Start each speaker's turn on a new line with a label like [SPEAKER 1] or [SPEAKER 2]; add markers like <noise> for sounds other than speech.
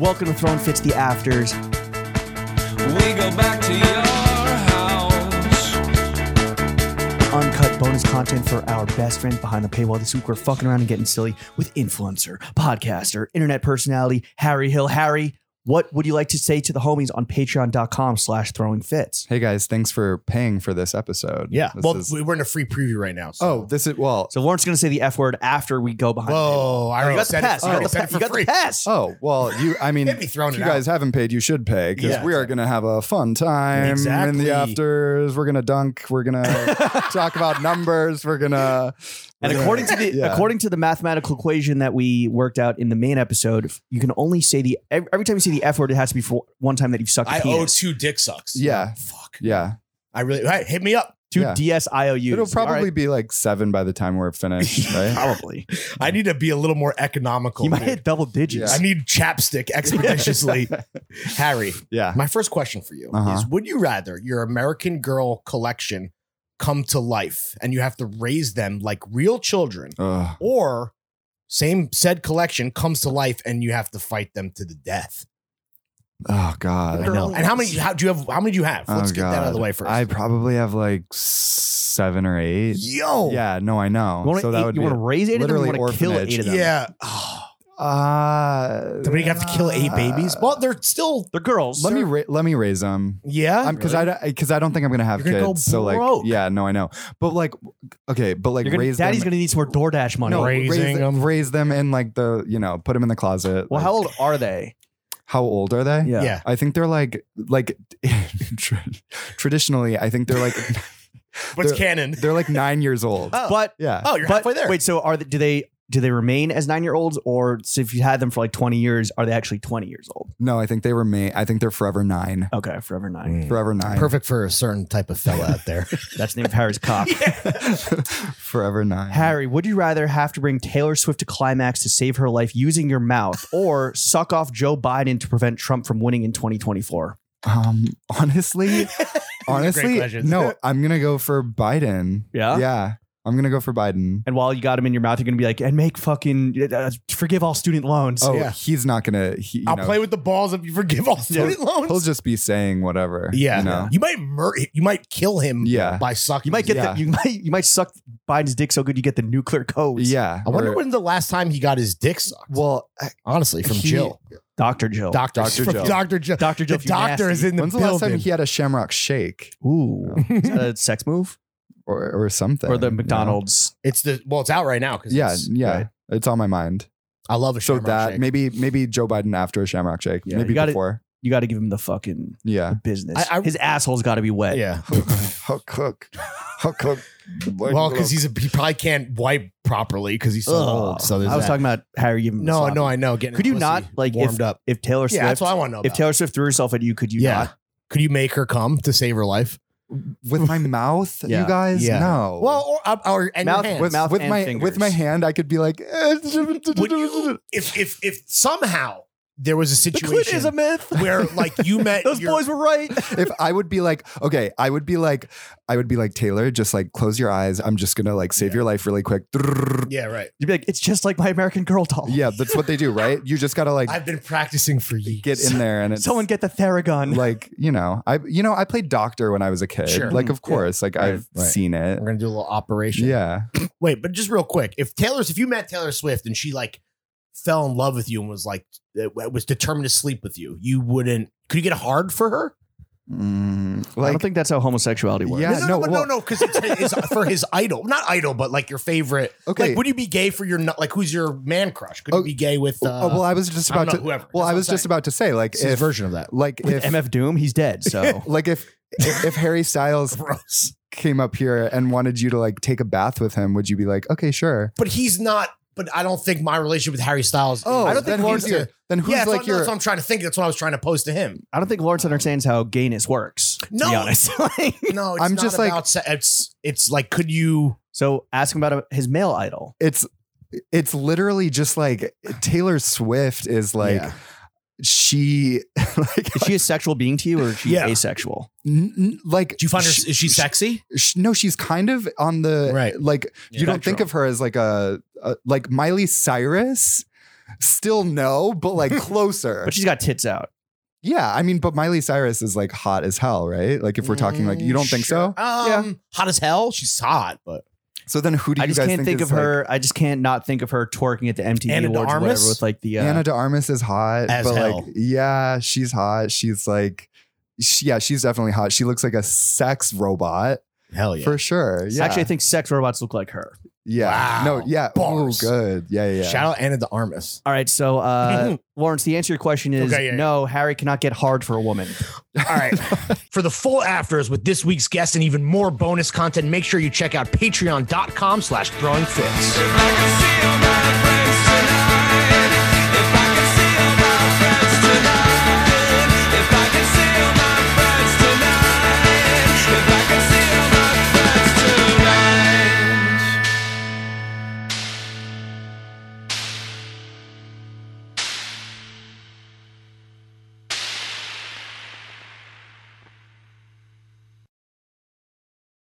[SPEAKER 1] Welcome to Throne Fits the Afters.
[SPEAKER 2] We go back to your house.
[SPEAKER 1] Uncut bonus content for our best friend behind the paywall. This week we're fucking around and getting silly with influencer, podcaster, internet personality, Harry Hill. Harry, what would you like to say to the homies on patreon.com slash throwing fits?
[SPEAKER 3] Hey guys, thanks for paying for this episode.
[SPEAKER 4] Yeah.
[SPEAKER 3] This
[SPEAKER 4] well,
[SPEAKER 3] is-
[SPEAKER 4] we- we're in a free preview right now. So.
[SPEAKER 3] oh, this is well.
[SPEAKER 1] So Lauren's gonna say the F word after we go behind
[SPEAKER 4] whoa! I
[SPEAKER 1] the paywall. You
[SPEAKER 4] already
[SPEAKER 1] got the
[SPEAKER 4] said
[SPEAKER 1] pass.
[SPEAKER 4] it. I
[SPEAKER 1] You
[SPEAKER 4] already
[SPEAKER 1] got the
[SPEAKER 4] said
[SPEAKER 1] pa-
[SPEAKER 4] it
[SPEAKER 1] you
[SPEAKER 4] for
[SPEAKER 1] got the
[SPEAKER 4] free.
[SPEAKER 1] pass.
[SPEAKER 3] Oh
[SPEAKER 4] <laughs>
[SPEAKER 3] well, you. I mean,
[SPEAKER 4] They'd be throwing
[SPEAKER 3] if
[SPEAKER 4] it
[SPEAKER 3] you guys haven't paid, you should pay because
[SPEAKER 4] Yeah.
[SPEAKER 3] we are gonna have a fun time in
[SPEAKER 4] Exactly.
[SPEAKER 3] the afters. We're gonna dunk. We're
[SPEAKER 4] <laughs>
[SPEAKER 3] gonna talk about numbers. We're gonna.
[SPEAKER 1] And
[SPEAKER 3] we're
[SPEAKER 1] according to
[SPEAKER 3] gonna-
[SPEAKER 1] the
[SPEAKER 3] yeah.
[SPEAKER 1] according to the mathematical equation that we worked out in the main episode, you can only say the every, every time you say the F word, it has to be for one time that you've sucked a
[SPEAKER 4] I owe
[SPEAKER 1] penis.
[SPEAKER 4] two dick sucks.
[SPEAKER 3] Yeah.
[SPEAKER 4] Oh, Fuck.
[SPEAKER 3] yeah,
[SPEAKER 4] I really. Hey, hit me up.
[SPEAKER 1] Two
[SPEAKER 3] yeah.
[SPEAKER 1] DS IOUs.
[SPEAKER 3] it'll
[SPEAKER 1] All
[SPEAKER 3] probably
[SPEAKER 1] right.
[SPEAKER 3] be like seven by the time we're
[SPEAKER 4] <laughs>
[SPEAKER 3] finished, right?
[SPEAKER 1] probably.
[SPEAKER 4] I need to be a little more economical.
[SPEAKER 1] You might
[SPEAKER 4] dude.
[SPEAKER 1] hit double digits.
[SPEAKER 4] I need chapstick
[SPEAKER 1] <laughs>
[SPEAKER 4] expeditiously. Harry,
[SPEAKER 3] <laughs> yeah.
[SPEAKER 4] my first question for you
[SPEAKER 3] Uh-huh.
[SPEAKER 4] is: Would you rather your American Girl collection come to life and you have to raise them like real children,
[SPEAKER 3] Ugh.
[SPEAKER 4] or same said collection comes to life and you have to fight them to the death?
[SPEAKER 3] Oh God.
[SPEAKER 1] I know.
[SPEAKER 4] And how many? How do you have? How many do you have?
[SPEAKER 3] Oh,
[SPEAKER 4] Let's get that out of the
[SPEAKER 3] God.
[SPEAKER 4] way first.
[SPEAKER 3] I probably have like seven or eight.
[SPEAKER 4] Yo.
[SPEAKER 3] Yeah, no, I know.
[SPEAKER 1] You want
[SPEAKER 3] so that would
[SPEAKER 1] you
[SPEAKER 3] be
[SPEAKER 1] want to raise eight of them, or you
[SPEAKER 3] literally
[SPEAKER 1] want to kill
[SPEAKER 3] orphanage.
[SPEAKER 1] eight of them.
[SPEAKER 4] Yeah. <sighs>
[SPEAKER 3] Uh,
[SPEAKER 4] Then we have to kill eight babies. Well, they're still.
[SPEAKER 1] They're girls.
[SPEAKER 3] let me ra- let me raise them.
[SPEAKER 4] Yeah.
[SPEAKER 3] Because I because I don't think I'm gonna have
[SPEAKER 4] You're gonna
[SPEAKER 3] kids.
[SPEAKER 4] go
[SPEAKER 3] so like,
[SPEAKER 4] broke.
[SPEAKER 3] yeah, no, I know. But like, okay, but like
[SPEAKER 1] You're gonna,
[SPEAKER 3] raise
[SPEAKER 1] daddy's
[SPEAKER 3] them.
[SPEAKER 1] gonna need some more DoorDash money.
[SPEAKER 3] no,
[SPEAKER 4] Right.
[SPEAKER 3] raise
[SPEAKER 4] Raising
[SPEAKER 3] them,
[SPEAKER 4] them.
[SPEAKER 3] raise them in like the you know put them in the closet.
[SPEAKER 1] <laughs> Well,
[SPEAKER 3] Like,
[SPEAKER 1] how old are they?
[SPEAKER 3] how old are they?
[SPEAKER 4] yeah.
[SPEAKER 3] I think they're like like <laughs> tra- traditionally. I think they're
[SPEAKER 4] <laughs>
[SPEAKER 3] like
[SPEAKER 4] But it's
[SPEAKER 3] They're-
[SPEAKER 4] canon.
[SPEAKER 3] they're like nine years old.
[SPEAKER 4] Oh.
[SPEAKER 1] But
[SPEAKER 3] Yeah.
[SPEAKER 4] Oh, you're
[SPEAKER 1] but
[SPEAKER 4] halfway there.
[SPEAKER 1] wait, so are they, do they do they remain as nine year olds, or so if you had them for like twenty years, are they actually twenty years old?
[SPEAKER 3] No, I think they remain. I think they're forever nine.
[SPEAKER 1] Okay, forever nine.
[SPEAKER 3] Forever nine.
[SPEAKER 4] Mm. Perfect for a certain type of fella out
[SPEAKER 3] <laughs>
[SPEAKER 4] there. <laughs>
[SPEAKER 1] Mm. That's the name of Harry's cock.
[SPEAKER 3] forever
[SPEAKER 1] <laughs>
[SPEAKER 3] nine.
[SPEAKER 1] Harry, would you rather have to bring Taylor Swift to climax to save her life using your mouth, or suck off Joe Biden to prevent Trump from winning in 2024?
[SPEAKER 3] Um, <laughs>
[SPEAKER 4] <laughs>
[SPEAKER 3] honestly, honestly,
[SPEAKER 4] questions. <laughs>
[SPEAKER 3] no, I'm gonna go for Biden.
[SPEAKER 1] Yeah?
[SPEAKER 3] yeah, I'm gonna go for Biden.
[SPEAKER 1] And while you got him in your mouth, you're going to be like, and make fucking uh, forgive all student loans.
[SPEAKER 3] Oh,
[SPEAKER 4] yeah.
[SPEAKER 3] he's not gonna. He, you
[SPEAKER 4] I'll
[SPEAKER 3] know,
[SPEAKER 4] play with the balls if you forgive all student loans.
[SPEAKER 3] He'll just be saying whatever.
[SPEAKER 4] yeah.
[SPEAKER 3] you know?
[SPEAKER 4] You might mur- you might kill him
[SPEAKER 3] Yeah.
[SPEAKER 4] by sucking.
[SPEAKER 1] You might get
[SPEAKER 3] Yeah.
[SPEAKER 1] the, you might you might suck Biden's dick so good you get the nuclear codes.
[SPEAKER 3] yeah.
[SPEAKER 4] I wonder
[SPEAKER 3] or-
[SPEAKER 4] when the last time he got his dick sucked.
[SPEAKER 3] Well,
[SPEAKER 4] Honestly, from
[SPEAKER 3] He-
[SPEAKER 4] Jill.
[SPEAKER 1] Dr. Jill.
[SPEAKER 4] Doctor.
[SPEAKER 3] Dr.
[SPEAKER 4] From
[SPEAKER 3] Jill.
[SPEAKER 4] Dr. Jill.
[SPEAKER 1] Dr. Jill.
[SPEAKER 4] The
[SPEAKER 1] if you
[SPEAKER 4] doctor
[SPEAKER 1] nasty.
[SPEAKER 4] is in the
[SPEAKER 3] when's the
[SPEAKER 4] building.
[SPEAKER 3] last time he had a Shamrock Shake
[SPEAKER 1] Ooh,
[SPEAKER 4] <laughs>
[SPEAKER 1] is that a sex move
[SPEAKER 3] or or something
[SPEAKER 1] or
[SPEAKER 3] you
[SPEAKER 1] the
[SPEAKER 3] know?
[SPEAKER 1] McDonald's?
[SPEAKER 4] <laughs> it's the well, it's out right now. 'cause
[SPEAKER 3] Yeah,
[SPEAKER 4] it's-
[SPEAKER 3] yeah,
[SPEAKER 1] right.
[SPEAKER 3] it's on my mind.
[SPEAKER 4] I love a
[SPEAKER 3] So
[SPEAKER 4] Shamrock
[SPEAKER 3] that
[SPEAKER 4] Shake.
[SPEAKER 3] maybe maybe Joe Biden after a Shamrock Shake,
[SPEAKER 1] Yeah, you
[SPEAKER 3] maybe
[SPEAKER 1] gotta-
[SPEAKER 3] before.
[SPEAKER 1] You got to give him the fucking
[SPEAKER 4] <laughs>
[SPEAKER 3] Yeah.
[SPEAKER 1] business.
[SPEAKER 4] I- I-
[SPEAKER 1] His asshole's got to be wet.
[SPEAKER 4] yeah.
[SPEAKER 3] Huck cook, Huck cook.
[SPEAKER 4] Well, because he's a, he probably can't wipe properly because he's so
[SPEAKER 1] Ugh.
[SPEAKER 4] old. So there's
[SPEAKER 1] I was
[SPEAKER 4] that.
[SPEAKER 1] talking about Harry giving. him the
[SPEAKER 4] No,
[SPEAKER 1] sloppy.
[SPEAKER 4] no, I know. Getting
[SPEAKER 1] Could
[SPEAKER 4] his
[SPEAKER 1] you
[SPEAKER 4] pussy
[SPEAKER 1] not, like, if-
[SPEAKER 4] warmed up?
[SPEAKER 1] If Taylor
[SPEAKER 4] Yeah,
[SPEAKER 1] Swift,
[SPEAKER 4] that's what I want to know.
[SPEAKER 1] if
[SPEAKER 4] about.
[SPEAKER 1] Taylor Swift threw herself at you, could you
[SPEAKER 4] Yeah.
[SPEAKER 1] not?
[SPEAKER 4] could you make her come to save her life?
[SPEAKER 3] with my mouth,
[SPEAKER 1] <laughs> Yeah.
[SPEAKER 3] you guys.
[SPEAKER 4] Yeah.
[SPEAKER 3] No.
[SPEAKER 4] Well, or, uh, or and your
[SPEAKER 1] Oh. Mouth-
[SPEAKER 4] hands.
[SPEAKER 3] with,
[SPEAKER 1] mouth
[SPEAKER 3] with
[SPEAKER 1] and
[SPEAKER 3] my
[SPEAKER 1] fingers.
[SPEAKER 3] with my hand, I could be like,
[SPEAKER 4] <laughs>
[SPEAKER 3] eh,
[SPEAKER 4] Would you, if if if somehow there was a situation
[SPEAKER 1] myth.
[SPEAKER 4] where like you
[SPEAKER 1] <laughs>
[SPEAKER 4] met
[SPEAKER 1] Those
[SPEAKER 4] your-
[SPEAKER 1] boys were
[SPEAKER 4] <laughs>
[SPEAKER 1] right.
[SPEAKER 3] if I would be like, okay, I would be like, I would be like Taylor, just like close your eyes. I'm just gonna like save your life really quick.
[SPEAKER 4] yeah, right.
[SPEAKER 1] You'd be like, it's just like my American Girl doll.
[SPEAKER 3] <laughs> Yeah, that's what they do, right? You just gotta like
[SPEAKER 4] I've been practicing for years.
[SPEAKER 3] get in there and it's
[SPEAKER 1] Someone get the Theragun.
[SPEAKER 3] like you know, I you know I played doctor when I was a kid.
[SPEAKER 4] Sure. Mm-hmm.
[SPEAKER 3] Like of course, like I've
[SPEAKER 4] Right.
[SPEAKER 3] seen it.
[SPEAKER 4] We're gonna do a little operation.
[SPEAKER 3] Yeah,
[SPEAKER 4] Wait, but just real quick, if Taylor's, if you met Taylor Swift and she like fell in love with you and was like uh, was determined to sleep with you, you wouldn't. Could you get hard for her?
[SPEAKER 3] Mm,
[SPEAKER 1] I
[SPEAKER 3] like
[SPEAKER 1] don't think that's how homosexuality works.
[SPEAKER 3] Yeah,
[SPEAKER 4] no,
[SPEAKER 3] no,
[SPEAKER 4] no, no,
[SPEAKER 3] well-
[SPEAKER 4] no, because it's, it's for his idol, not idol, but like your favorite.
[SPEAKER 3] Okay.
[SPEAKER 4] like would you be gay for your nu- like who's your man crush? Could
[SPEAKER 3] Oh,
[SPEAKER 4] you be gay with? Uh,
[SPEAKER 3] oh, well, I was just
[SPEAKER 4] I don't
[SPEAKER 3] about
[SPEAKER 4] know,
[SPEAKER 3] to.
[SPEAKER 4] whoever.
[SPEAKER 3] Well,
[SPEAKER 4] That's
[SPEAKER 3] I
[SPEAKER 4] what
[SPEAKER 3] was
[SPEAKER 4] I'm
[SPEAKER 3] just
[SPEAKER 4] saying.
[SPEAKER 3] about to say, like,
[SPEAKER 4] It's his
[SPEAKER 3] if
[SPEAKER 4] version of that.
[SPEAKER 3] like
[SPEAKER 1] With
[SPEAKER 3] if
[SPEAKER 1] MF Doom, he's dead. So
[SPEAKER 3] like if if, if Harry Styles
[SPEAKER 4] <laughs> Gross.
[SPEAKER 3] came up here and wanted you to like take a bath with him, would you be like, okay, sure?
[SPEAKER 4] But he's not. But I don't think my relationship with Harry Styles.
[SPEAKER 3] Oh,
[SPEAKER 4] I don't
[SPEAKER 3] then
[SPEAKER 4] think Lauren's
[SPEAKER 3] who's your- then who's
[SPEAKER 4] yeah,
[SPEAKER 3] like
[SPEAKER 4] so,
[SPEAKER 3] your
[SPEAKER 4] that's what I'm trying to think. That's what I was trying to pose
[SPEAKER 3] <laughs>
[SPEAKER 4] to him.
[SPEAKER 1] <laughs> I don't think Lawrence understands how gayness works. to
[SPEAKER 4] No.
[SPEAKER 1] be honest. <laughs> Like,
[SPEAKER 4] No, it's
[SPEAKER 3] I'm
[SPEAKER 4] not
[SPEAKER 3] just like-
[SPEAKER 4] about se- it's it's like could you
[SPEAKER 1] so ask him about his male idol.
[SPEAKER 3] it's it's literally just like Taylor Swift is like
[SPEAKER 4] Yeah.
[SPEAKER 3] she <laughs> like
[SPEAKER 1] Is she a sexual being to you, or is she
[SPEAKER 4] Yeah.
[SPEAKER 1] asexual?
[SPEAKER 3] n- n- like
[SPEAKER 4] do you find her
[SPEAKER 3] sh-
[SPEAKER 4] is she
[SPEAKER 3] sh-
[SPEAKER 4] sexy?
[SPEAKER 3] sh- no, she's kind of on the
[SPEAKER 4] Right.
[SPEAKER 3] Like you don't think
[SPEAKER 1] Spectrum.
[SPEAKER 3] of her as like a, a like Miley Cyrus Still no, but <laughs> like closer.
[SPEAKER 1] But she's got tits out.
[SPEAKER 3] yeah, I mean, but Miley Cyrus is like hot as hell, right? Like if we're talking like you don't think so?
[SPEAKER 4] Um, hot as hell. She's hot, but
[SPEAKER 3] So then who do you
[SPEAKER 1] I just
[SPEAKER 3] guys
[SPEAKER 1] can't
[SPEAKER 3] think,
[SPEAKER 1] think,
[SPEAKER 3] is,
[SPEAKER 1] of
[SPEAKER 3] like-
[SPEAKER 1] her. I just can't not think of her twerking at the MTV
[SPEAKER 4] Ana de
[SPEAKER 1] Awards or whatever
[SPEAKER 4] Armas?
[SPEAKER 1] with like the. Uh,
[SPEAKER 3] Anna de Armas is hot,
[SPEAKER 4] As
[SPEAKER 3] but
[SPEAKER 4] hell.
[SPEAKER 3] like, yeah, she's hot. She's like, she, yeah, she's definitely hot. She looks like a sex robot
[SPEAKER 4] hell Oh, yeah.
[SPEAKER 3] for sure. Yeah,
[SPEAKER 1] Actually, I think sex robots look like her.
[SPEAKER 3] yeah,
[SPEAKER 4] Wow.
[SPEAKER 3] no, yeah,
[SPEAKER 4] Bars.
[SPEAKER 3] oh, good, yeah, yeah. yeah.
[SPEAKER 4] Shout out Anna de Armas.
[SPEAKER 1] All right, so uh, Lawrence, the answer to your question is
[SPEAKER 4] Okay, yeah, yeah.
[SPEAKER 1] no. Harry cannot get hard for a woman.
[SPEAKER 4] All <laughs> right. For the full afters with this week's guest and even more bonus content, make sure you check out patreon.com slash throwing fits.
[SPEAKER 2] If I could see all my friends tonight.